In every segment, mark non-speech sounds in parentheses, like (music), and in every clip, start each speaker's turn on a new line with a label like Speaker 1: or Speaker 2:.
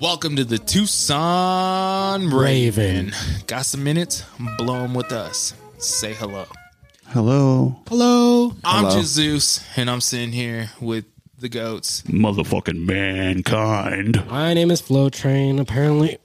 Speaker 1: Welcome to the Tucson Raven. Got some minutes? Blow them with us. Say hello.
Speaker 2: Hello.
Speaker 1: Hello. I'm
Speaker 2: Hello.
Speaker 1: Jesus, and I'm sitting here with the goats.
Speaker 3: Motherfucking mankind.
Speaker 4: My name is Flow Train. Apparently,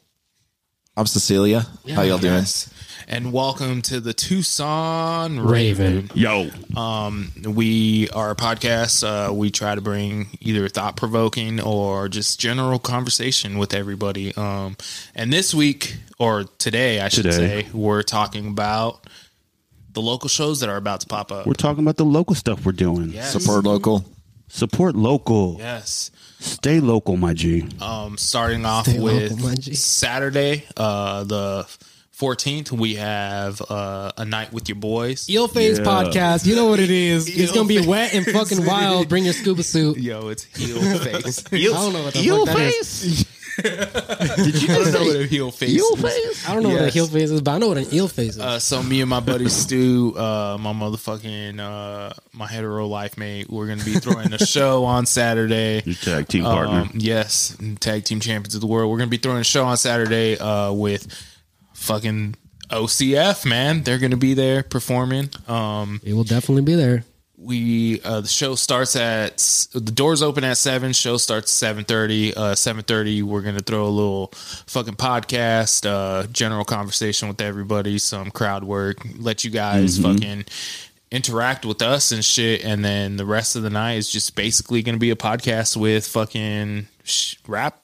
Speaker 2: I'm Cecilia. How y'all doing?
Speaker 1: Yes. And welcome to the Tucson
Speaker 4: Raven.
Speaker 3: Yo,
Speaker 1: We are a podcast. Uh, we try to bring either thought provoking or just general conversation with everybody. Um, and this week, or today, I should
Speaker 3: Today.
Speaker 1: say, we're talking about the local shows that are about to pop up.
Speaker 3: we're talking about the local stuff we're doing.
Speaker 1: Yes.
Speaker 2: Support local.
Speaker 3: Support local.
Speaker 1: Yes.
Speaker 3: Stay local, my G.
Speaker 1: Um, starting off
Speaker 4: Stay local,
Speaker 1: with
Speaker 4: my G.
Speaker 1: Saturday, uh, the 14th, we have uh, A Night with Your Boys.
Speaker 4: Eel Phase
Speaker 3: Yeah.
Speaker 4: podcast. You know what it is. it's
Speaker 1: Eel
Speaker 4: gonna be
Speaker 1: Phase.
Speaker 4: wet and fucking wild. Bring your scuba suit.
Speaker 1: Yo, (laughs) it's heel face.
Speaker 4: I don't know what the
Speaker 3: Eel
Speaker 4: fuck that is.
Speaker 3: face?
Speaker 1: Did you just know what a heel face?
Speaker 3: Eel
Speaker 1: is.
Speaker 3: face?
Speaker 4: I don't know what
Speaker 1: Yes.
Speaker 4: a heel phase is, but I know what an eel phase is.
Speaker 1: Uh, so me and my buddy Stu, uh, my motherfucking uh, my hetero life mate, we're gonna be throwing a show on Saturday.
Speaker 3: Your tag team partner.
Speaker 1: Um, yes, tag team champions of the world. We're gonna be throwing a show on Saturday uh, with fucking OCF man. They're gonna be there performing. Um,
Speaker 4: we will definitely be there.
Speaker 1: we uh, the show starts at s- the doors open at seven. Show starts seven thirty. Uh, seven thirty, we're gonna throw a little fucking podcast, uh, general conversation with everybody, some crowd work, let you guys fucking interact with us and shit. And then the rest of the night is just basically gonna be a podcast with fucking sh- rap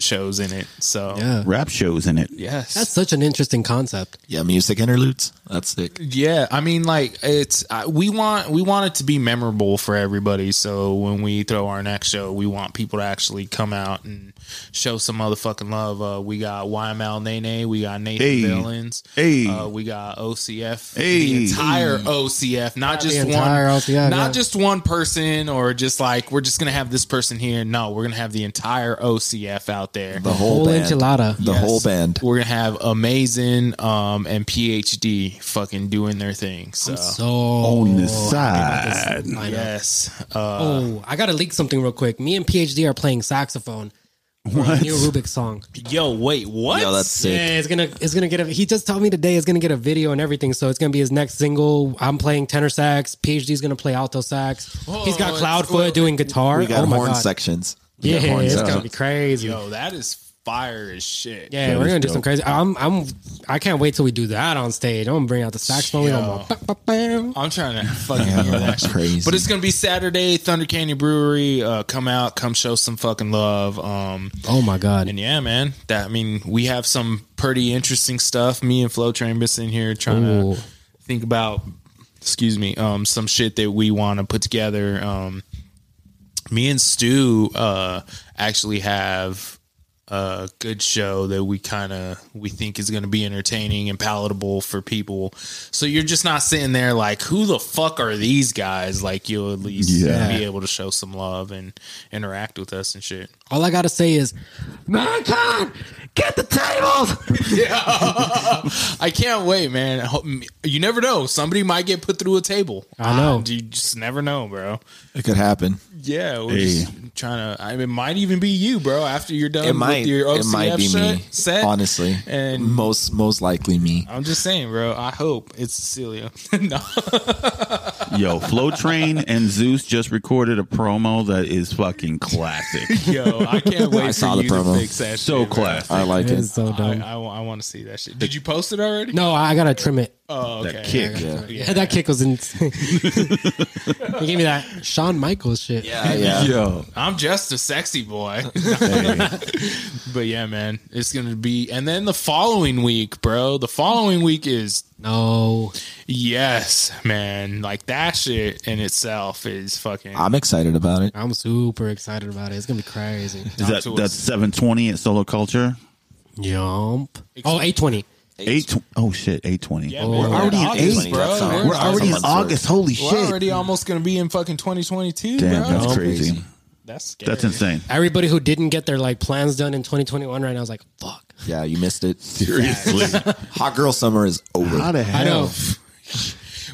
Speaker 1: shows in it. So
Speaker 4: Yeah,
Speaker 3: Rap shows in it.
Speaker 1: yes,
Speaker 4: that's such an interesting concept.
Speaker 2: Yeah, music interludes. That's sick.
Speaker 1: Yeah, I mean, like it's I, we want we want it to be memorable for everybody. So when we throw our next show, we want people to actually come out and show some motherfucking love. Uh, we got YML Nene, we got Nathan
Speaker 3: Hey.
Speaker 1: Villains,
Speaker 3: Hey.
Speaker 1: uh, we got OCF, the
Speaker 3: Hey.
Speaker 1: entire OCF, not
Speaker 4: the
Speaker 1: just
Speaker 4: entire
Speaker 1: one,
Speaker 4: OCF,
Speaker 1: not
Speaker 4: yeah.
Speaker 1: just one person or just like we're just gonna have this person here. No, we're gonna have the entire OCF out there.
Speaker 2: The whole,
Speaker 4: Whole
Speaker 2: band.
Speaker 4: enchilada.
Speaker 2: The whole band.
Speaker 1: We're gonna have amazing um and PhD fucking doing their thing. So,
Speaker 4: So
Speaker 3: On the
Speaker 4: I
Speaker 3: side.
Speaker 4: know.
Speaker 1: yes, uh,
Speaker 4: Oh, I gotta leak something real quick. Me and PhD are playing saxophone. What? Neil Rubik's song.
Speaker 1: yo, wait, what?
Speaker 2: Yo, that's sick.
Speaker 4: Yeah, it's gonna it's gonna get a. He just told me today it's gonna get a video and everything, so it's gonna be his next single. I'm playing tenor sax. PhD's gonna play alto sax. He's got
Speaker 1: Oh,
Speaker 4: Cloudfoot
Speaker 1: it's cool.
Speaker 4: doing guitar.
Speaker 2: We got
Speaker 4: oh my
Speaker 2: horn
Speaker 4: god!
Speaker 2: sections. We
Speaker 4: yeah,
Speaker 2: got horn
Speaker 4: it's
Speaker 2: sections.
Speaker 4: gonna be crazy.
Speaker 1: yo, that is fire as shit.
Speaker 4: yeah,
Speaker 3: That
Speaker 4: we're
Speaker 3: is
Speaker 4: gonna do some
Speaker 3: dope.
Speaker 4: crazy. I'm I'm I can't wait till we do that on stage. I'm gonna bring out the saxophone.
Speaker 1: Yo.
Speaker 4: I'm gonna ba- ba- bam.
Speaker 1: I'm trying to fucking hear that
Speaker 2: (laughs)
Speaker 1: shit.
Speaker 2: Crazy.
Speaker 1: But it's gonna be Saturday, Thunder Canyon Brewery. Uh, come out, come show some fucking love. Um,
Speaker 4: Oh my god!
Speaker 1: and yeah, man, that I mean, we have some pretty interesting stuff. Me and Flo Train been sitting here trying
Speaker 4: Ooh.
Speaker 1: to think about, excuse me, um, some shit that we want to put together. Um, me and Stu uh, actually have a good show that we kind of we think is going to be entertaining and palatable for people. So you're just not sitting there like, who the fuck are these guys? Like you'll at least
Speaker 3: Yeah.
Speaker 1: be able to show some love and interact with us and shit.
Speaker 4: All I gotta say is,
Speaker 2: Mankind, get the tables.
Speaker 1: I can't wait, man. I hope- You never know. Somebody might get put through a table.
Speaker 4: I know.
Speaker 1: Ah, You just never know, bro.
Speaker 2: It could happen.
Speaker 1: Yeah, we're
Speaker 3: Hey.
Speaker 1: just trying to. I mean, it might even be you, bro. After you're done
Speaker 2: It might.
Speaker 1: with your OCF
Speaker 2: It might be
Speaker 1: set,
Speaker 2: me.
Speaker 1: set.
Speaker 2: honestly,
Speaker 1: and-
Speaker 2: most most likely me.
Speaker 1: I'm just saying, bro. I hope it's Cecilia. (laughs) no,
Speaker 3: Yo, Flow Train and Zeus just recorded a promo that is fucking classic.
Speaker 1: yo, I can't
Speaker 2: (laughs)
Speaker 1: wait
Speaker 2: I
Speaker 1: for
Speaker 2: saw the
Speaker 1: you
Speaker 2: promo.
Speaker 1: to fix that. (laughs)
Speaker 3: so
Speaker 1: shit, bro.
Speaker 3: classic.
Speaker 2: I like
Speaker 4: it
Speaker 2: it.
Speaker 4: is so
Speaker 1: I,
Speaker 4: dumb.
Speaker 1: I, want to see that shit. Did you post it already?
Speaker 4: No, I gotta trim it.
Speaker 1: Oh, okay.
Speaker 3: That kick.
Speaker 2: Yeah.
Speaker 1: (laughs) Yeah.
Speaker 4: (laughs) That kick was insane. he gave me that Shawn Michaels shit.
Speaker 2: (laughs) Yeah, yeah.
Speaker 3: Yo.
Speaker 1: I'm just a sexy
Speaker 3: (laughs)
Speaker 1: boy. (laughs) but yeah, man, it's gonna be. And then the following week, bro. The following week is
Speaker 4: No.
Speaker 1: yes, man. Like that shit in itself is fucking.
Speaker 2: I'm excited about it.
Speaker 4: I'm super excited about it. It's gonna be crazy.
Speaker 3: Is that
Speaker 1: Talk to
Speaker 3: that's
Speaker 1: us.
Speaker 3: 720 at Solo Culture?
Speaker 4: (laughs) Yump. Oh, 820.
Speaker 3: Eight. tw- oh shit, eight twenty.
Speaker 1: Yeah,
Speaker 3: we're,
Speaker 1: man,
Speaker 4: Oh.
Speaker 1: we're
Speaker 3: already
Speaker 1: in
Speaker 3: in
Speaker 1: August,
Speaker 3: eight.
Speaker 1: bro.
Speaker 3: We're,
Speaker 1: We're in
Speaker 3: already in
Speaker 2: August.
Speaker 3: August. Holy
Speaker 1: We're
Speaker 3: shit!
Speaker 1: already almost gonna be in fucking 2022,
Speaker 3: Damn,
Speaker 1: bro.
Speaker 3: that's
Speaker 1: That's,
Speaker 3: crazy.
Speaker 2: crazy.
Speaker 1: scary.
Speaker 3: That's insane.
Speaker 4: Everybody who didn't get their like plans done in 2021 right now is like, fuck.
Speaker 2: Yeah, you missed it.
Speaker 3: Seriously.
Speaker 2: (laughs) Hot girl summer is over.
Speaker 5: How the hell?
Speaker 4: I know.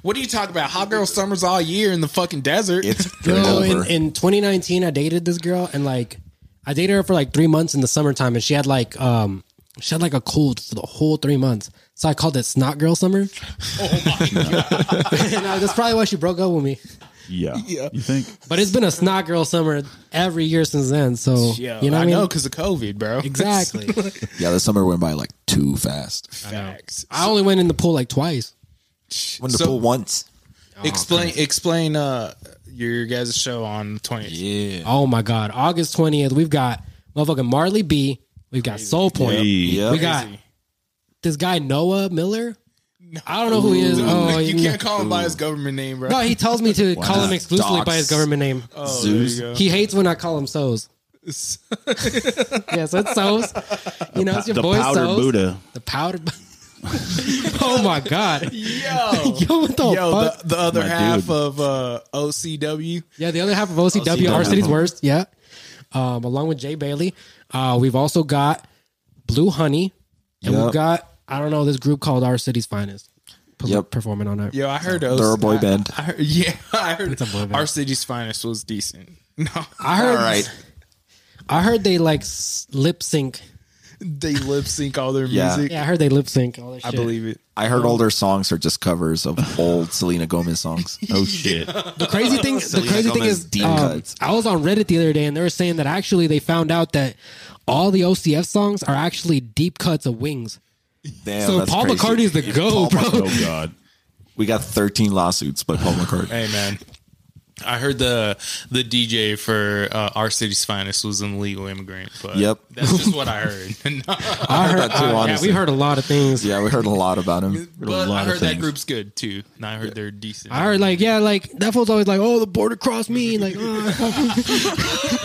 Speaker 1: What are you talking about? Hot girl summers all year in the fucking desert. (laughs)
Speaker 2: It's
Speaker 4: Yo, in,
Speaker 2: over.
Speaker 4: in 2019, I dated this girl, and like, I dated her for like three months in the summertime, and she had like, um, she had like a cold for the whole three months. So I called it snot girl summer. (laughs) Oh my god! (laughs) that's probably why she broke up with me.
Speaker 3: yeah. You think?
Speaker 4: But it's been a snot girl summer every year since then. So
Speaker 1: Yo,
Speaker 4: you
Speaker 1: I
Speaker 4: know, what I mean,
Speaker 1: know because of COVID, bro. (laughs)
Speaker 4: exactly. (laughs)
Speaker 2: yeah, the summer went by like too fast.
Speaker 1: Facts.
Speaker 4: I only went in the pool like twice.
Speaker 2: Went to
Speaker 1: So-
Speaker 2: pool once.
Speaker 1: explain explain uh your guys' show on the 20th.
Speaker 2: Yeah.
Speaker 4: Oh my god! August 20th, we've got motherfucking Marley B. We've got Soul Point.
Speaker 3: Hey.
Speaker 4: We got this guy Noah Miller. I don't know who he is.
Speaker 1: (laughs) (laughs)
Speaker 4: Oh,
Speaker 1: you
Speaker 4: yeah.
Speaker 1: can't call him by his government name, bro.
Speaker 4: No, he tells me to call him
Speaker 2: not?
Speaker 4: exclusively by his
Speaker 2: Docs.
Speaker 4: government name.
Speaker 1: oh, there you go.
Speaker 4: He hates when I call
Speaker 1: (laughs)
Speaker 4: him So's. Yeah, so it's So's. You know, it's your
Speaker 3: the
Speaker 4: boy
Speaker 3: powder
Speaker 4: So's.
Speaker 3: Buddha.
Speaker 4: The powder. (laughs) oh my god.
Speaker 1: Yo,
Speaker 4: (laughs) Yo, what the
Speaker 1: yo,
Speaker 4: Oh, fuck?
Speaker 1: the, the other
Speaker 3: My
Speaker 1: half
Speaker 3: dude.
Speaker 1: of uh, OCW.
Speaker 4: yeah, the other half of OCW, our city's worst. Yeah, um, along with Jay Bailey, uh, we've also got Blue Honey, and
Speaker 2: Yep.
Speaker 4: we've got I don't know this group called Our City's Finest. per-
Speaker 2: Yep.
Speaker 4: performing on it.
Speaker 1: Yo, I heard
Speaker 2: They're
Speaker 1: OC-
Speaker 2: a boy
Speaker 1: I-
Speaker 2: band.
Speaker 1: I heard, (laughs) yeah, I heard
Speaker 4: a boy band.
Speaker 1: our city's finest was decent. (laughs) No,
Speaker 4: I heard.
Speaker 2: All right.
Speaker 4: I heard they like lip sync.
Speaker 1: they lip sync all their
Speaker 2: Yeah.
Speaker 1: music.
Speaker 4: Yeah, I heard they lip sync. All that
Speaker 1: I
Speaker 4: shit.
Speaker 1: believe it.
Speaker 2: I heard all their songs are just covers of old Selena Gomez songs.
Speaker 3: Oh shit.
Speaker 4: The crazy thing, the
Speaker 2: Selena
Speaker 4: crazy thing
Speaker 2: Gomez
Speaker 4: is,
Speaker 2: deep
Speaker 4: um,
Speaker 2: cuts.
Speaker 4: I was on Reddit the other day, and they were saying that actually they found out that all the OCF songs are actually deep cuts of Wings.
Speaker 2: Damn,
Speaker 4: so
Speaker 2: Oh, that's
Speaker 4: Paul
Speaker 2: crazy.
Speaker 4: McCartney is the go, bro.
Speaker 3: Oh god.
Speaker 2: We got 13 lawsuits by Paul McCartney.
Speaker 1: Hey man, I heard the the DJ for uh, our city's finest was an illegal immigrant. But
Speaker 2: Yep.
Speaker 1: that's just what I heard. (laughs) No.
Speaker 4: (laughs) I heard,
Speaker 2: that too,
Speaker 4: uh, yeah,
Speaker 2: honestly.
Speaker 4: we heard a lot of things.
Speaker 2: Yeah, we heard a lot about (laughs) him.
Speaker 1: But
Speaker 3: lot
Speaker 1: I
Speaker 3: of
Speaker 1: heard that
Speaker 3: things.
Speaker 1: group's good too, and I heard they're decent. (laughs)
Speaker 4: I heard like, yeah, like that fool's always like, oh, the border crossed me, and, like, uh,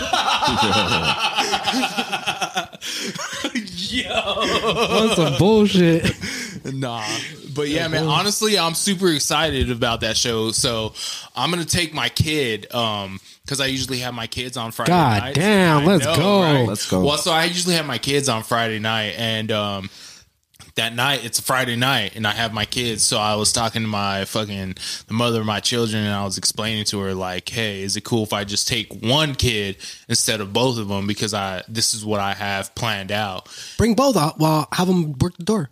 Speaker 4: that's some bullshit.
Speaker 1: (laughs) Nah, but yeah, man. Honestly, I'm super excited about that show. So I'm gonna take my kid, um, because I usually have my kids on Friday.
Speaker 4: God
Speaker 1: nights.
Speaker 4: damn,
Speaker 1: I
Speaker 4: let's go.
Speaker 2: Let's go.
Speaker 1: Well, so I usually have my kids on Friday night, and um, that night it's a Friday night, and I have my kids. So I was talking to my fucking the mother of my children, and I was explaining to her like, "Hey, is it cool if I just take one kid instead of both of them because I this is what I have planned out."
Speaker 4: Bring both out while have them work the door.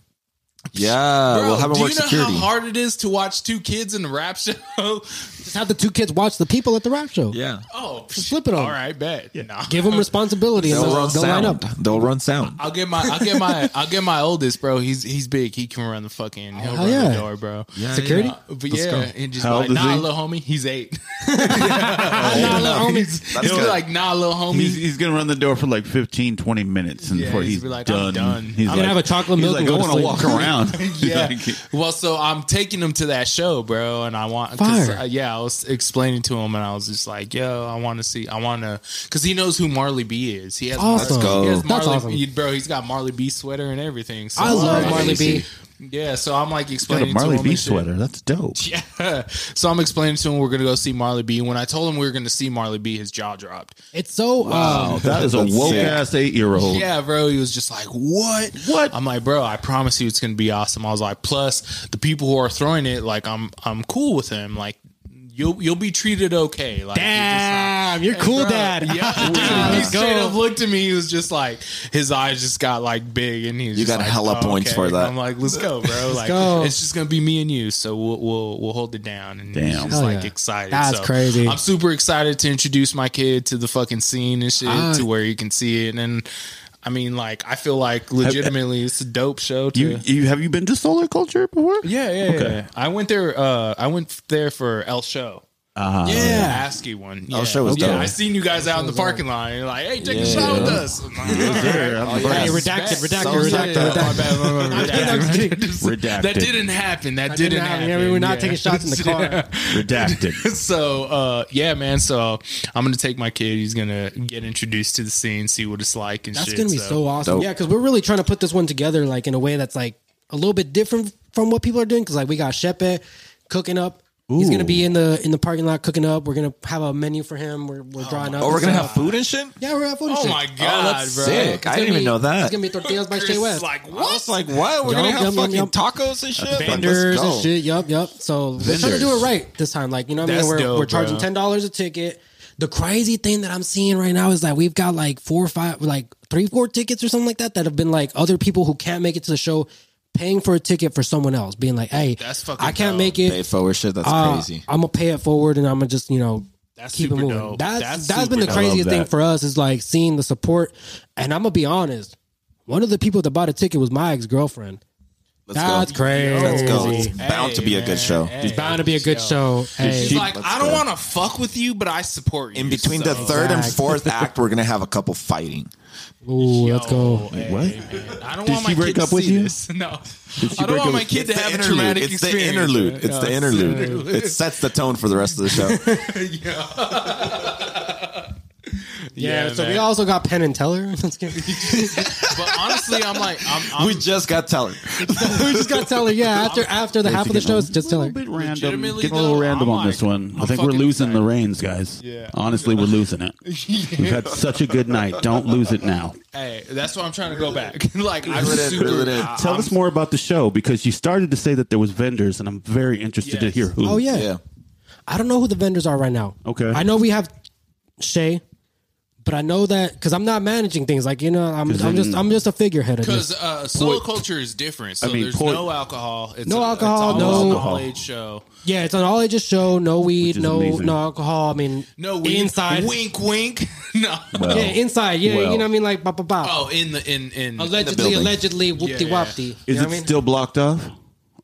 Speaker 2: Yeah,
Speaker 1: Bro,
Speaker 2: we'll have him
Speaker 1: do you
Speaker 2: work
Speaker 1: know
Speaker 2: security.
Speaker 1: how hard it is to watch two kids in a rap (laughs) show?
Speaker 4: Just have the two kids watch the people at the rap show.
Speaker 2: yeah.
Speaker 1: oh,
Speaker 4: flip it on.
Speaker 1: All right, bet. Nah.
Speaker 4: Give them responsibility, and
Speaker 2: They'll
Speaker 4: they'll,
Speaker 2: run
Speaker 4: they'll line
Speaker 2: sound.
Speaker 4: up.
Speaker 2: They'll run sound.
Speaker 1: I'll get my I'll get my I'll get my oldest bro. He's he's big. He can run the fucking he'll
Speaker 4: hell
Speaker 1: run the
Speaker 4: yeah.
Speaker 1: door, bro.
Speaker 4: Security?
Speaker 1: Uh, but yeah, and just
Speaker 3: How
Speaker 1: like
Speaker 3: old is
Speaker 1: nah,
Speaker 3: he?"
Speaker 1: little homie. He's eight. (laughs)
Speaker 4: Nah, little
Speaker 1: He'll
Speaker 4: homie.
Speaker 1: be
Speaker 2: good.
Speaker 1: like nah, little homie.
Speaker 3: He's, he's gonna run the door for like 15, 20 minutes, and
Speaker 1: Yeah,
Speaker 3: before
Speaker 1: he's
Speaker 3: he's,
Speaker 1: be like,
Speaker 3: done,
Speaker 1: "I'm done.
Speaker 3: he's
Speaker 1: I'm
Speaker 4: gonna have a chocolate milk
Speaker 3: He's
Speaker 4: and
Speaker 3: like,
Speaker 4: go
Speaker 3: I
Speaker 4: to
Speaker 3: want to
Speaker 4: sleep."
Speaker 3: walk
Speaker 1: (laughs)
Speaker 4: (laughs)
Speaker 3: around.
Speaker 1: yeah.
Speaker 3: Like,
Speaker 1: well, so I'm taking him to that show, bro, and I want. 'cause,
Speaker 4: Fire.
Speaker 1: uh, yeah, I was explaining to him, and I was just like, "Yo, I want to see. I want to, because he knows who Marley B is. He has
Speaker 4: Awesome.
Speaker 1: Marley, he has
Speaker 4: Let's go. That's
Speaker 1: Marley-
Speaker 4: awesome.
Speaker 1: he- bro. He's got Marley B sweater and everything. So
Speaker 4: I
Speaker 1: I'm
Speaker 4: love
Speaker 1: like-
Speaker 4: Marley B.
Speaker 1: Yeah, so I'm like
Speaker 3: got a
Speaker 1: explaining
Speaker 3: Marley
Speaker 1: to him
Speaker 3: B
Speaker 1: and shit.
Speaker 3: sweater. That's dope.
Speaker 1: (laughs) Yeah. So I'm explaining to him we're gonna go see Marley B. When I told him we were gonna see Marley B, his jaw dropped.
Speaker 4: It's so. Um,
Speaker 3: That is a
Speaker 2: That's
Speaker 3: woke
Speaker 2: sick.
Speaker 3: ass eight year
Speaker 1: (laughs)
Speaker 3: old.
Speaker 1: Yeah, bro. He was just like, "What?
Speaker 3: What?
Speaker 1: I'm like, "Bro, I promise you, it's gonna be awesome." I was like, "Plus, the people who are throwing it, like, I'm I'm cool with them. Like, you'll you'll be treated okay." Like,
Speaker 4: Damn, you're cool,
Speaker 1: bro,
Speaker 4: Dad.
Speaker 1: Yeah,
Speaker 4: (laughs)
Speaker 1: dude, he straight up looked at me. He was just like, his eyes just got like big, and he was
Speaker 2: You
Speaker 1: just
Speaker 2: got
Speaker 1: like,
Speaker 2: hella
Speaker 1: "Oh,
Speaker 2: points
Speaker 1: okay."
Speaker 2: for that.
Speaker 1: I'm like, let's go, bro. like,
Speaker 4: go.
Speaker 1: it's just gonna be me and you, so we'll we'll, we'll hold it down. And he's
Speaker 3: Damn.
Speaker 1: just
Speaker 4: Hell
Speaker 1: like
Speaker 4: yeah.
Speaker 1: excited.
Speaker 4: That's
Speaker 1: So
Speaker 4: crazy.
Speaker 1: I'm super excited to introduce my kid to the fucking scene and shit,
Speaker 4: Ah.
Speaker 1: to where you can see it. And I mean, like, I feel like legitimately, it's a dope show. To,
Speaker 3: You, you have you been to solar culture before?
Speaker 1: yeah, yeah, yeah, yeah. I went there. Uh, I went there for El Show.
Speaker 3: Ah.
Speaker 1: yeah, ASCII one. Yeah.
Speaker 2: Uh-huh. Show was
Speaker 1: yeah.
Speaker 2: dope.
Speaker 1: I seen you guys out in the parking lot. And you're like, hey, take a shot with us. I'm like, "All right."
Speaker 3: There, I'm
Speaker 4: Hey,
Speaker 3: impressed.
Speaker 4: redacted, redacted,
Speaker 1: So
Speaker 4: redacted,
Speaker 1: sorry.
Speaker 4: redacted.
Speaker 1: My bad, my (laughs) bad, redacted.
Speaker 4: (laughs)
Speaker 3: Redacted.
Speaker 1: That didn't happen. That,
Speaker 4: That
Speaker 1: didn't,
Speaker 4: didn't happen.
Speaker 1: happen.
Speaker 4: Yeah, we were not taking shots
Speaker 1: (laughs)
Speaker 4: in the car.
Speaker 3: Redacted.
Speaker 1: so uh, yeah, man. So I'm gonna take my kid. He's gonna get introduced to the scene, see what it's like, and
Speaker 4: That's
Speaker 1: shit,
Speaker 4: gonna be so, awesome.
Speaker 2: Dope.
Speaker 4: Yeah, because we're really trying to put this one together, like in a way that's like a little bit different from what people are doing. Because like we got Shepe cooking up. He's gonna be in the in the parking lot cooking up. We're gonna have a menu for him. We're, we're drawing up.
Speaker 2: Oh, we're
Speaker 4: and
Speaker 2: gonna
Speaker 4: stuff.
Speaker 2: have food and shit.
Speaker 4: Yeah, we're gonna have food. and
Speaker 1: Oh
Speaker 4: shit.
Speaker 1: my
Speaker 4: It's
Speaker 1: god,
Speaker 2: that's
Speaker 1: bro!
Speaker 2: sick. I
Speaker 4: gonna
Speaker 2: didn't even
Speaker 4: be-
Speaker 2: know that.
Speaker 4: It's gonna be tortillas by
Speaker 1: Chris
Speaker 4: Shea West.
Speaker 1: like
Speaker 2: I was
Speaker 1: what?
Speaker 2: like, what? We're
Speaker 4: Yum,
Speaker 2: gonna have
Speaker 4: yum,
Speaker 2: fucking
Speaker 4: yum,
Speaker 2: tacos and shit. Like, let's
Speaker 1: Vendors
Speaker 2: go.
Speaker 4: and shit. Yup, yup. So we're trying to do
Speaker 2: Vendors.
Speaker 4: it right this time. Like you know, what I mean,
Speaker 1: That's
Speaker 4: we're,
Speaker 1: dope,
Speaker 4: we're charging
Speaker 1: bro.
Speaker 4: ten dollars a ticket. The crazy thing that I'm seeing right now is that we've got like four or five, like three, four tickets or something like that that have been like other people who can't make it to the show paying for a ticket for someone else, being like, "Hey,
Speaker 1: That's fucking
Speaker 4: I can't
Speaker 1: dope.
Speaker 4: make it.
Speaker 2: Pay forward shit. That's
Speaker 4: Ah,
Speaker 2: crazy.
Speaker 4: I'm gonna pay it forward, and I'm gonna just you know
Speaker 1: That's
Speaker 4: keep it
Speaker 1: super
Speaker 4: moving.
Speaker 1: dope.
Speaker 4: That's
Speaker 1: That's
Speaker 4: that's been the
Speaker 1: super dope.
Speaker 4: craziest
Speaker 3: I love
Speaker 4: thing
Speaker 3: that.
Speaker 4: for us is like seeing the support. And I'm gonna be honest, one of the people that bought a ticket was my ex girlfriend.
Speaker 2: Let's
Speaker 4: That's
Speaker 2: go.
Speaker 4: crazy.
Speaker 2: Let's go. It's bound to be a
Speaker 1: man.
Speaker 2: good show.
Speaker 4: It's bound to be a good show. Hey.
Speaker 1: She's like,
Speaker 2: Let's
Speaker 1: I don't
Speaker 2: go.
Speaker 1: want to fuck with you, but I support you.
Speaker 2: In between the
Speaker 1: so-
Speaker 2: third and
Speaker 4: Zach.
Speaker 3: (laughs)
Speaker 2: fourth act, we're gonna have a couple fighting.
Speaker 4: Ooh, let's go.
Speaker 1: Hey,
Speaker 3: What?
Speaker 1: man, I don't
Speaker 3: Did
Speaker 1: want
Speaker 3: she
Speaker 1: my
Speaker 3: break
Speaker 1: kid
Speaker 3: up
Speaker 1: to
Speaker 3: with
Speaker 1: see
Speaker 3: you?
Speaker 1: this. (laughs) No,
Speaker 3: she
Speaker 1: I don't
Speaker 3: break
Speaker 1: want
Speaker 3: up
Speaker 1: my
Speaker 3: with-
Speaker 1: kid to
Speaker 2: the
Speaker 1: have a
Speaker 2: interlude.
Speaker 1: traumatic
Speaker 2: It's the
Speaker 1: experience.
Speaker 2: interlude.
Speaker 1: man.
Speaker 2: It's the
Speaker 1: Yeah,
Speaker 2: interlude. It sets the tone for the rest of the
Speaker 1: (laughs)
Speaker 2: show.
Speaker 4: Yeah, so we
Speaker 1: man.
Speaker 4: also got Penn and Teller. (laughs) Let's get-
Speaker 1: (laughs) But honestly, I'm like, I'm, I'm
Speaker 2: we just got Teller.
Speaker 4: we just got Teller.
Speaker 3: (laughs)
Speaker 4: Yeah, after after the half of the show, it's just
Speaker 3: a
Speaker 4: Teller.
Speaker 3: little bit random.
Speaker 1: Legitimately,
Speaker 3: Getting a little
Speaker 1: though,
Speaker 3: random
Speaker 1: I'm
Speaker 3: on this
Speaker 1: like-
Speaker 3: one. i
Speaker 1: I'm
Speaker 3: think we're
Speaker 1: fucking
Speaker 3: losing
Speaker 1: excited.
Speaker 3: the reins, guys.
Speaker 1: Yeah.
Speaker 3: Honestly, we're losing it. We've had such a good night. Don't lose it now.
Speaker 1: Hey, that's why I'm trying to go back. (laughs) like I'm
Speaker 2: Reel it in, reel
Speaker 1: super.
Speaker 2: it in.
Speaker 1: I-
Speaker 3: Tell
Speaker 1: I'm-
Speaker 3: us more about the show because you started to say that there was vendors, and I'm very interested to
Speaker 1: Yes.
Speaker 3: hear who.
Speaker 4: Oh yeah.
Speaker 2: Yeah.
Speaker 4: I don't know who the vendors are right now.
Speaker 3: Okay.
Speaker 4: I know we have Shay, but I know that because I'm not managing things. Like you know, I'm, I'm just I'm just a figurehead of this.
Speaker 1: Because uh, solo culture is different. So
Speaker 3: I mean,
Speaker 1: there's
Speaker 3: point.
Speaker 1: no alcohol. It's
Speaker 4: No
Speaker 1: a-
Speaker 4: alcohol,
Speaker 1: It's
Speaker 4: no-
Speaker 1: all age show.
Speaker 4: Yeah, it's an all ages show. No weed,
Speaker 3: is
Speaker 4: no
Speaker 3: amazing.
Speaker 4: no alcohol. I mean,
Speaker 1: No we
Speaker 4: inside.
Speaker 1: Wink, wink. (laughs) No.
Speaker 3: Well,
Speaker 4: Yeah, inside. Yeah,
Speaker 3: Well.
Speaker 4: you know what I mean. Like, bah, bah, bah.
Speaker 1: Oh, in the in in.
Speaker 4: allegedly,
Speaker 2: building.
Speaker 4: allegedly,
Speaker 1: Yeah,
Speaker 4: whoopty
Speaker 1: yeah.
Speaker 4: whoopty.
Speaker 3: is
Speaker 4: you know
Speaker 3: it
Speaker 4: what I mean?
Speaker 3: still blocked off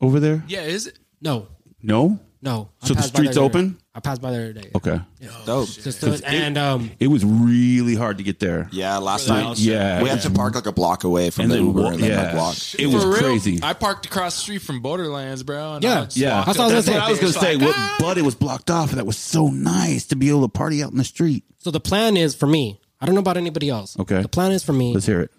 Speaker 3: over there?
Speaker 1: yeah, is it?
Speaker 4: No,
Speaker 3: No.
Speaker 4: no. I
Speaker 3: So the
Speaker 4: passed by there
Speaker 3: street's
Speaker 4: the other-
Speaker 3: open?
Speaker 4: I passed by there today.
Speaker 3: Okay.
Speaker 2: Dope.
Speaker 4: Just to- and um,
Speaker 3: It was really hard to get there.
Speaker 2: Yeah, last
Speaker 1: Really?
Speaker 2: night.
Speaker 3: Yeah.
Speaker 2: We had to park like a block away from
Speaker 3: And
Speaker 2: the
Speaker 3: then
Speaker 2: Uber
Speaker 3: wa-
Speaker 2: and then
Speaker 3: yeah.
Speaker 2: like walk.
Speaker 3: It was
Speaker 1: For real,
Speaker 3: crazy.
Speaker 1: I parked across the street from Borderlands, bro. And
Speaker 4: Yeah.
Speaker 1: I just
Speaker 3: Yeah.
Speaker 1: walked
Speaker 4: That's
Speaker 1: up
Speaker 4: what I was
Speaker 1: there.
Speaker 4: gonna
Speaker 3: I was
Speaker 4: say.
Speaker 3: gonna
Speaker 1: It's
Speaker 3: say,
Speaker 1: like,
Speaker 3: what,
Speaker 1: ah.
Speaker 3: but it was blocked off, and that was so nice to be able to party out in the street.
Speaker 4: so the plan is for me. I don't know about anybody else.
Speaker 3: Okay.
Speaker 4: The plan is for me.
Speaker 3: Let's hear it.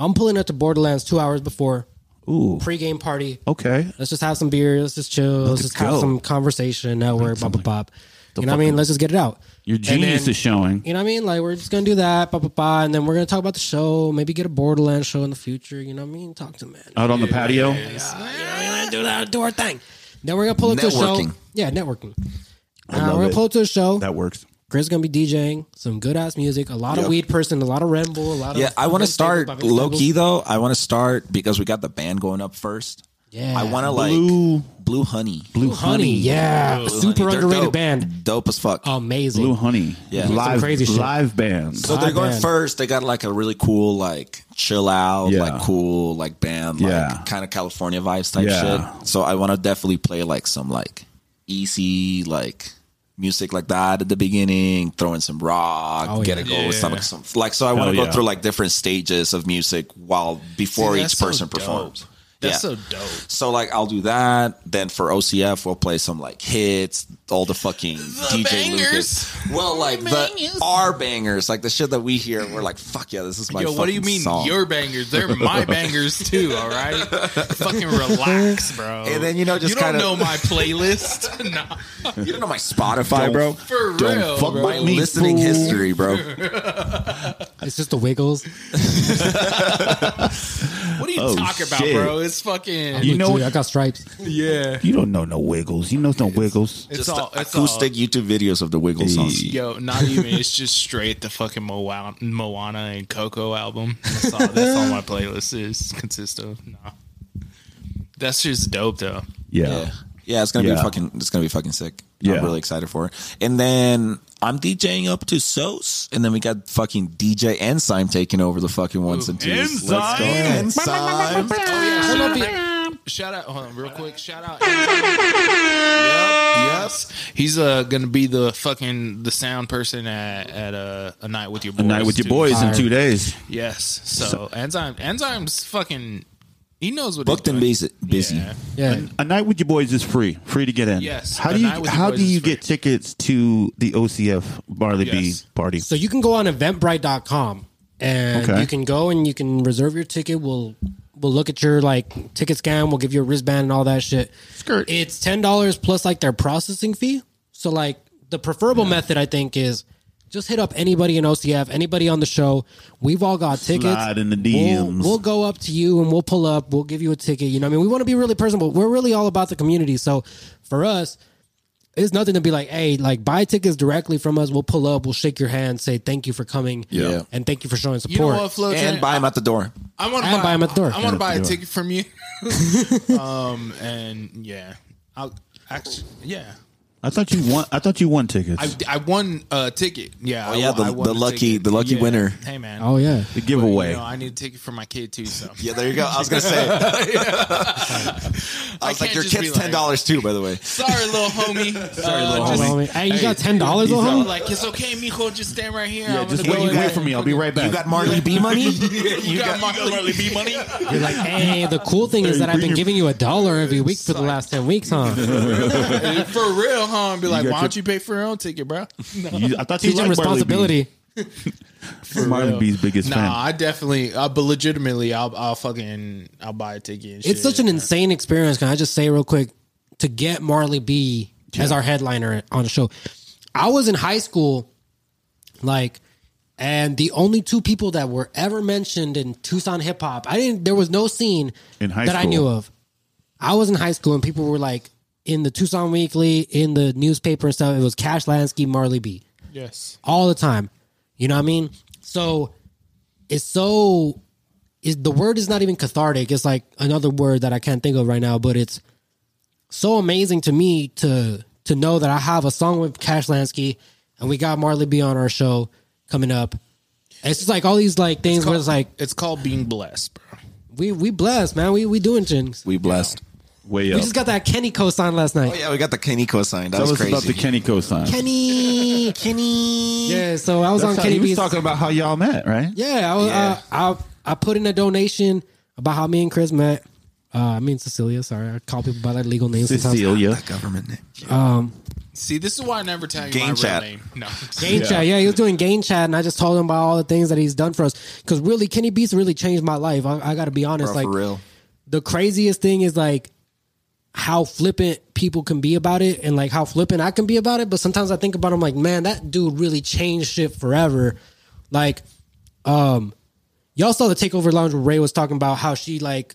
Speaker 4: I'm pulling up to Borderlands two hours before
Speaker 3: Ooh,
Speaker 4: pregame party.
Speaker 3: okay.
Speaker 4: Let's just have some beer. Let's just chill. Let's, just have
Speaker 3: Oh. go.
Speaker 4: some conversation. Network. Bop, bop, bop. You know what I mean? Let's just get it out.
Speaker 3: Your
Speaker 4: And then-
Speaker 3: genius is showing.
Speaker 4: You know what I mean? Like we're just gonna do that, blah blah blah, and then we're gonna talk about the show. Maybe get a Borderlands show in the future. You know what I mean? Talk to man.
Speaker 3: Out on the patio.
Speaker 4: Yeah, do that, do our thing. Then we're gonna pull up to a show.
Speaker 2: Networking.
Speaker 4: Yeah, networking. Uh,
Speaker 3: love
Speaker 4: we're gonna
Speaker 3: it.
Speaker 4: pull up to a show.
Speaker 3: That works.
Speaker 4: Chris is gonna be DJing some good ass music, a lot of
Speaker 2: Yep.
Speaker 4: weed person, a lot of Red Bull, a lot
Speaker 2: Yeah,
Speaker 4: of
Speaker 2: I want to
Speaker 4: Red Table,
Speaker 2: start
Speaker 4: Bobby
Speaker 2: low
Speaker 4: Tables.
Speaker 2: key though. I want to start because we got the band going up first.
Speaker 4: Yeah.
Speaker 2: I want to like
Speaker 3: Blue-
Speaker 2: blue, honey.
Speaker 3: Blue
Speaker 4: Honey,
Speaker 3: honey.
Speaker 4: yeah,
Speaker 2: Blue
Speaker 4: super
Speaker 2: Honey. They're
Speaker 4: underrated
Speaker 2: dope.
Speaker 4: band,
Speaker 2: Dope as fuck.
Speaker 4: amazing.
Speaker 3: Blue honey.
Speaker 2: Yeah. Some
Speaker 3: Live
Speaker 4: crazy shit.
Speaker 3: live bands.
Speaker 2: so they're
Speaker 4: live
Speaker 2: going
Speaker 4: band.
Speaker 2: first. They got like a really cool, like chill out,
Speaker 3: Yeah.
Speaker 2: like cool, like band, like
Speaker 3: Yeah.
Speaker 2: kind of California vibes type
Speaker 3: Yeah.
Speaker 2: shit. So I want to definitely play like some like easy, like music like that at the beginning, throw in some rock,
Speaker 4: Oh,
Speaker 2: get
Speaker 4: yeah.
Speaker 2: it going with some, some like. So I want to go
Speaker 3: Hell yeah.
Speaker 2: through like different stages of music while before
Speaker 1: Dude, that's
Speaker 2: each
Speaker 1: so
Speaker 2: person
Speaker 1: dope.
Speaker 2: performs.
Speaker 1: That's
Speaker 2: Yeah.
Speaker 1: so dope.
Speaker 2: So like I'll do that. Then for OCF, we'll play some like hits, all the
Speaker 1: (laughs)
Speaker 2: fucking DJ
Speaker 1: bangers.
Speaker 2: Lucas. Well, like the our bangers, like the shit that we hear. We're like, fuck yeah, this is my.
Speaker 1: Yo, what do you
Speaker 2: fucking
Speaker 1: mean
Speaker 2: song.
Speaker 1: your bangers?
Speaker 2: (laughs)
Speaker 1: They're my bangers too. All right, fucking relax, bro.
Speaker 2: And then, you know,
Speaker 1: you
Speaker 2: just
Speaker 1: don't
Speaker 2: kinda-
Speaker 1: know my playlist,
Speaker 2: (laughs)
Speaker 1: nah,
Speaker 2: You don't know my Spotify, bro.
Speaker 1: for real.
Speaker 3: fuck
Speaker 1: bro.
Speaker 2: My
Speaker 3: Me,
Speaker 2: listening
Speaker 3: fool.
Speaker 2: history, bro.
Speaker 4: It's just the Wiggles.
Speaker 1: What are you
Speaker 3: Oh,
Speaker 1: talking
Speaker 3: shit.
Speaker 1: about, bro? It's fucking
Speaker 3: You know-
Speaker 4: Dude, I got stripes.
Speaker 1: yeah.
Speaker 3: You don't know no Wiggles. You know no Wiggles.
Speaker 1: It's
Speaker 2: Just
Speaker 1: all
Speaker 2: the
Speaker 1: it's
Speaker 2: acoustic YouTube videos of the Wiggle songs.
Speaker 1: All, yo, not even. It's just straight the fucking Moana, Moana and Coco album. That's all, that's all my playlist is consist of. Nah. That's just dope though.
Speaker 2: Yeah. Yeah, it's gonna
Speaker 3: Yeah.
Speaker 2: be fucking. It's gonna be fucking sick.
Speaker 3: Yeah.
Speaker 2: I'm really excited for it. And then I'm DJing up to SOS, and then we got fucking DJ Enzyme taking over the fucking ones and twos. Let's go, Enzyme.
Speaker 4: I don't know if you-
Speaker 1: Shout out, hold on, real quick. Shout out.
Speaker 2: Yes.
Speaker 1: He's uh gonna be the fucking the sound person at at uh, a, a night with your boys.
Speaker 3: A night with your
Speaker 1: too.
Speaker 3: boys in
Speaker 4: Fire.
Speaker 3: two days.
Speaker 1: Yes. So, enzyme enzyme's fucking. He knows what
Speaker 2: Booked
Speaker 1: he's
Speaker 2: and
Speaker 1: doing.
Speaker 2: busy. busy.
Speaker 1: Yeah.
Speaker 4: yeah,
Speaker 3: A night with your boys is free, free to get in.
Speaker 1: Yes,
Speaker 3: How
Speaker 1: a
Speaker 3: do you
Speaker 1: night with your
Speaker 3: how
Speaker 1: boys
Speaker 3: do
Speaker 1: is
Speaker 3: you
Speaker 1: free.
Speaker 3: get tickets to the OCF Barley
Speaker 1: Yes.
Speaker 3: Bee party?
Speaker 4: So you can go on eventbrite.com and
Speaker 3: Okay.
Speaker 4: you can go and you can reserve your ticket. We'll We'll look at your like ticket scan. We'll give you a wristband and all that shit.
Speaker 3: Skirt.
Speaker 4: It's ten dollars plus like their processing fee. So like the preferable method, I think, is just hit up anybody in OCF, anybody on the show. We've all got tickets.
Speaker 3: Slide in the
Speaker 4: We'll-
Speaker 3: DMs.
Speaker 4: we'll go up to you and we'll pull up. We'll give you a ticket. You know, what I mean, we want to be really personable. We're really all about the community. So for us, it's nothing to be like, hey, like buy tickets directly from us. We'll pull up. We'll shake your hand, say thank you for coming,
Speaker 2: Yeah.
Speaker 4: and thank you for showing
Speaker 1: You know
Speaker 4: support.
Speaker 1: what, Flo?
Speaker 2: and
Speaker 1: Tran-
Speaker 2: buy them at the door.
Speaker 1: I want to
Speaker 4: And
Speaker 1: buy,
Speaker 4: buy 'em at the door.
Speaker 1: I want
Speaker 4: And
Speaker 1: to
Speaker 4: at
Speaker 1: buy a
Speaker 4: the door.
Speaker 1: ticket from you. um, and yeah, I'll actually, yeah.
Speaker 3: I thought you won. I thought you won tickets.
Speaker 1: I, I won a ticket. Yeah.
Speaker 2: Oh,
Speaker 1: I
Speaker 2: yeah,
Speaker 1: won-
Speaker 2: the-
Speaker 1: I won
Speaker 2: the
Speaker 1: a
Speaker 2: lucky-
Speaker 1: ticket.
Speaker 2: the lucky
Speaker 1: Yeah.
Speaker 2: winner.
Speaker 1: Hey man.
Speaker 4: oh yeah,
Speaker 3: the giveaway.
Speaker 1: You know, I need a ticket for my kid too. So
Speaker 2: Yeah, there you go. I was gonna say.
Speaker 3: (laughs)
Speaker 2: I was like,
Speaker 1: can't
Speaker 2: your
Speaker 1: just be
Speaker 2: kid's
Speaker 1: like-
Speaker 2: ten dollars too, by the way.
Speaker 1: sorry, little
Speaker 2: (laughs)
Speaker 1: homie. Sorry,
Speaker 4: Oh, homie. Hey, you got ten dollars,
Speaker 1: So,
Speaker 4: homie.
Speaker 1: like it's okay, Mijo. Just stand right here.
Speaker 3: yeah,
Speaker 1: I'm
Speaker 3: just
Speaker 1: gonna
Speaker 3: wait.
Speaker 1: go
Speaker 3: You
Speaker 1: in
Speaker 3: wait
Speaker 1: there.
Speaker 3: for me. I'll be right back.
Speaker 2: You got Marley B
Speaker 3: (laughs)
Speaker 2: money.
Speaker 1: (laughs) You, got, Marley, B money.
Speaker 4: You're like, hey, the cool thing is that I've been giving you a dollar every week for the last ten weeks,
Speaker 1: (laughs)
Speaker 4: huh?
Speaker 1: for real, huh? And be like,
Speaker 3: got
Speaker 1: why don't
Speaker 3: your-
Speaker 1: you pay for your own ticket, bro?
Speaker 3: You- I thought you
Speaker 4: Teaching
Speaker 3: liked
Speaker 4: responsibility.
Speaker 3: Marley B. Marley B's biggest
Speaker 1: Nah,
Speaker 3: fan.
Speaker 1: I definitely, uh, but legitimately, I'll, I'll fucking, I'll buy a ticket. And
Speaker 4: It's
Speaker 1: shit.
Speaker 4: such an insane experience. Can I just say real quick to get Marley B as our headliner on a show? I was in high school, like, and the only two people that were ever mentioned in Tucson hip hop, I didn't. There was no scene
Speaker 3: In high
Speaker 4: that I
Speaker 3: school.
Speaker 4: knew of. I was in high school, and people were like in the Tucson Weekly, in the newspaper and stuff. It was Cash Lansky, Marley B
Speaker 1: yes.
Speaker 4: all the time. You know what I mean? So it's so is the word is not even cathartic. It's like another word that I can't think of right now, but it's so amazing to me to to know that I have a song with Cash Lansky and we got Marley B on our show coming up. It's just like all these like things where it's like
Speaker 1: It's called being blessed, bro.
Speaker 4: we we blessed, man. We we doing things.
Speaker 2: We blessed.
Speaker 3: Way up.
Speaker 4: We just got that Kenny co-sign last night.
Speaker 2: Oh yeah, we got the Kenny cosign. That
Speaker 3: Tell
Speaker 2: was
Speaker 3: us about the
Speaker 2: crazy.
Speaker 3: Kenny cosign.
Speaker 4: Kenny, Kenny. (laughs) Yeah, so I was
Speaker 3: That's
Speaker 4: on
Speaker 3: how-
Speaker 4: Kenny
Speaker 3: he was
Speaker 4: B's-
Speaker 3: talking about how y'all met, right?
Speaker 4: Yeah, I, was,
Speaker 2: Yeah.
Speaker 4: Uh, I I put in a donation about how me and Chris met. Uh, I mean Cecilia. Sorry, I call people by their legal names. Sometimes.
Speaker 3: Cecilia.
Speaker 2: That government name.
Speaker 1: See, this is why I never tell you
Speaker 2: Game
Speaker 1: my
Speaker 2: chat.
Speaker 1: real name. No,
Speaker 4: Game chat. Yeah, he was doing game chat, and I just told him about all the things that he's done for us. Because really, Kenny Beats really changed my life. I, I got to be honest.
Speaker 2: Bro,
Speaker 4: like
Speaker 2: for real.
Speaker 4: the craziest thing is like how flippant people can be about it and like how flippant I can be about it. But sometimes I think about it, I'm like, man, that dude really changed shit forever. Like, um, y'all saw the takeover lounge where Ray was talking about how she like,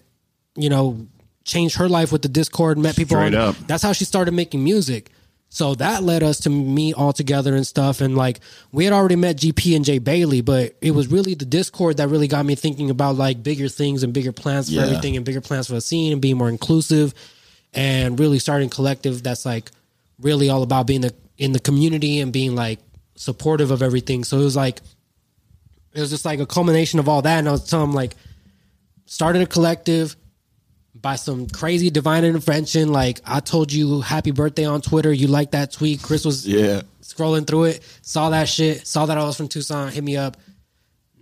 Speaker 4: you know, changed her life with the Discord, met people.
Speaker 3: Straight
Speaker 4: on-
Speaker 3: up.
Speaker 4: That's how she started making music. So that led us to me all together and stuff. And like we had already met GP and Jay Bailey, but it was really the Discord that really got me thinking about like bigger things and bigger plans for
Speaker 2: Yeah.
Speaker 4: everything and bigger plans for the scene and being more inclusive and really starting collective that's like really all about being the, in the community and being like supportive of everything. So it was like it was just like a culmination of all that. And I was telling him like started a collective by some crazy divine intervention. Like I told you happy birthday on Twitter. You liked that tweet. Chris was
Speaker 2: Yeah.
Speaker 4: scrolling through it, saw that shit, saw that I was from Tucson, hit me up.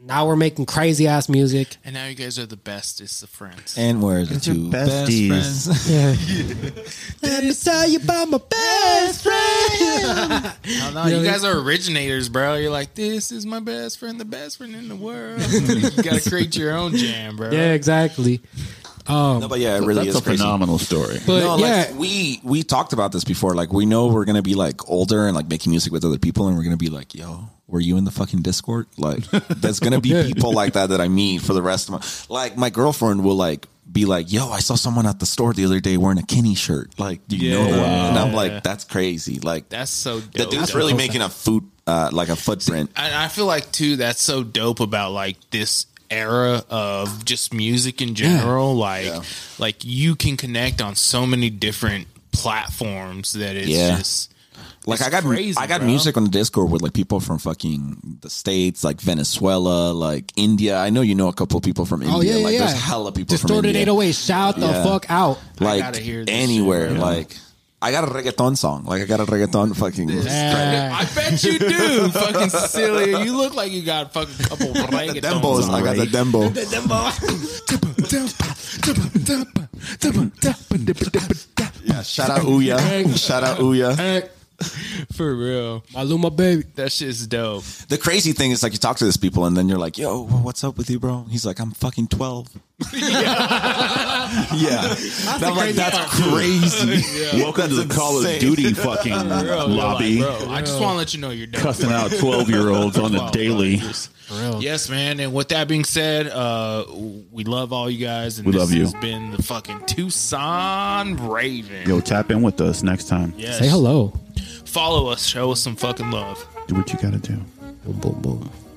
Speaker 4: Now we're making crazy ass music.
Speaker 1: and now you guys are the bestest of friends.
Speaker 2: And where's the two
Speaker 3: besties.
Speaker 2: friends?
Speaker 4: Yeah. (laughs) Let me tell you about my best friend.
Speaker 1: No, Oh, no, you guys are originators, bro. You're like, this is my best friend, the best friend in the (laughs) world. you gotta create your own jam, bro.
Speaker 4: (laughs) Yeah, exactly.
Speaker 2: (laughs) no, but yeah, it really
Speaker 3: That's
Speaker 2: is
Speaker 3: a
Speaker 2: crazy.
Speaker 3: phenomenal story.
Speaker 4: But
Speaker 2: no,
Speaker 4: yeah,
Speaker 2: like we we talked about this before. Like we know we're gonna be like older and like making music with other people, and we're gonna be like, yo, were you in the fucking Discord? Like there's gonna be people like that that I meet for the rest of my like my girlfriend will like be like, yo, I saw someone at the store the other day wearing a Kenny shirt. Like, do you know that? And I'm like, that's crazy. Like
Speaker 1: That's so dope.
Speaker 2: the dude's
Speaker 1: though.
Speaker 2: really making a food uh, like a footprint.
Speaker 1: And I feel like too that's so dope about like this era of just music in general. Like
Speaker 2: Yeah.
Speaker 1: like you can connect on so many different platforms that it's
Speaker 2: Yeah.
Speaker 1: just
Speaker 2: Like
Speaker 1: It's
Speaker 2: I got
Speaker 1: crazy,
Speaker 2: I got
Speaker 1: bro.
Speaker 2: music on the Discord with like people from fucking the states, like Venezuela, like India. I know you know a couple of people from India.
Speaker 4: oh yeah, yeah,
Speaker 2: like
Speaker 4: yeah.
Speaker 2: there's hella people from
Speaker 4: Distorted
Speaker 2: India.
Speaker 4: 808, shout
Speaker 2: Yeah.
Speaker 4: the fuck out.
Speaker 1: I
Speaker 2: Like
Speaker 1: gotta hear this
Speaker 2: anywhere.
Speaker 1: shit, bro.
Speaker 2: like I got a reggaeton song. Like I got a reggaeton fucking.
Speaker 4: Yeah.
Speaker 1: I bet you (laughs) do, fucking Cecilia. You look like you got fucking couple
Speaker 2: (laughs) The
Speaker 1: reggaetons
Speaker 2: dembos. I
Speaker 1: (laughs) on.
Speaker 2: got the dembo. yeah, shout out Uya. shout out Uya.
Speaker 4: Eric,
Speaker 1: For real.
Speaker 4: Maluma, baby.
Speaker 1: That shit's dope.
Speaker 2: The crazy thing is, like, you talk to these people, and then you're like, "Yo, what's up with you, bro?" He's like, "I'm
Speaker 1: (laughs)
Speaker 2: fucking 12. yeah, And I'm like, "That's
Speaker 1: (laughs)
Speaker 2: crazy."
Speaker 3: Welcome to the
Speaker 2: That's
Speaker 3: Call of
Speaker 2: insane.
Speaker 3: Duty fucking
Speaker 1: Bro, you're
Speaker 3: lobby.
Speaker 1: like, bro, I just want to let you know you're dope.
Speaker 3: Cussing out 12 year olds on the
Speaker 1: Wow,
Speaker 3: daily.
Speaker 1: bro, just-
Speaker 4: real.
Speaker 1: Yes, man. And with that being said, uh, we love all you guys. And
Speaker 3: We
Speaker 1: this
Speaker 3: love you.
Speaker 1: has been the fucking Tucson Raven.
Speaker 3: Yo, tap in with us next time.
Speaker 1: Yes.
Speaker 4: Say hello.
Speaker 1: Follow us. Show us some fucking love.
Speaker 3: Do what you gotta do.
Speaker 4: Boom, boom, boom.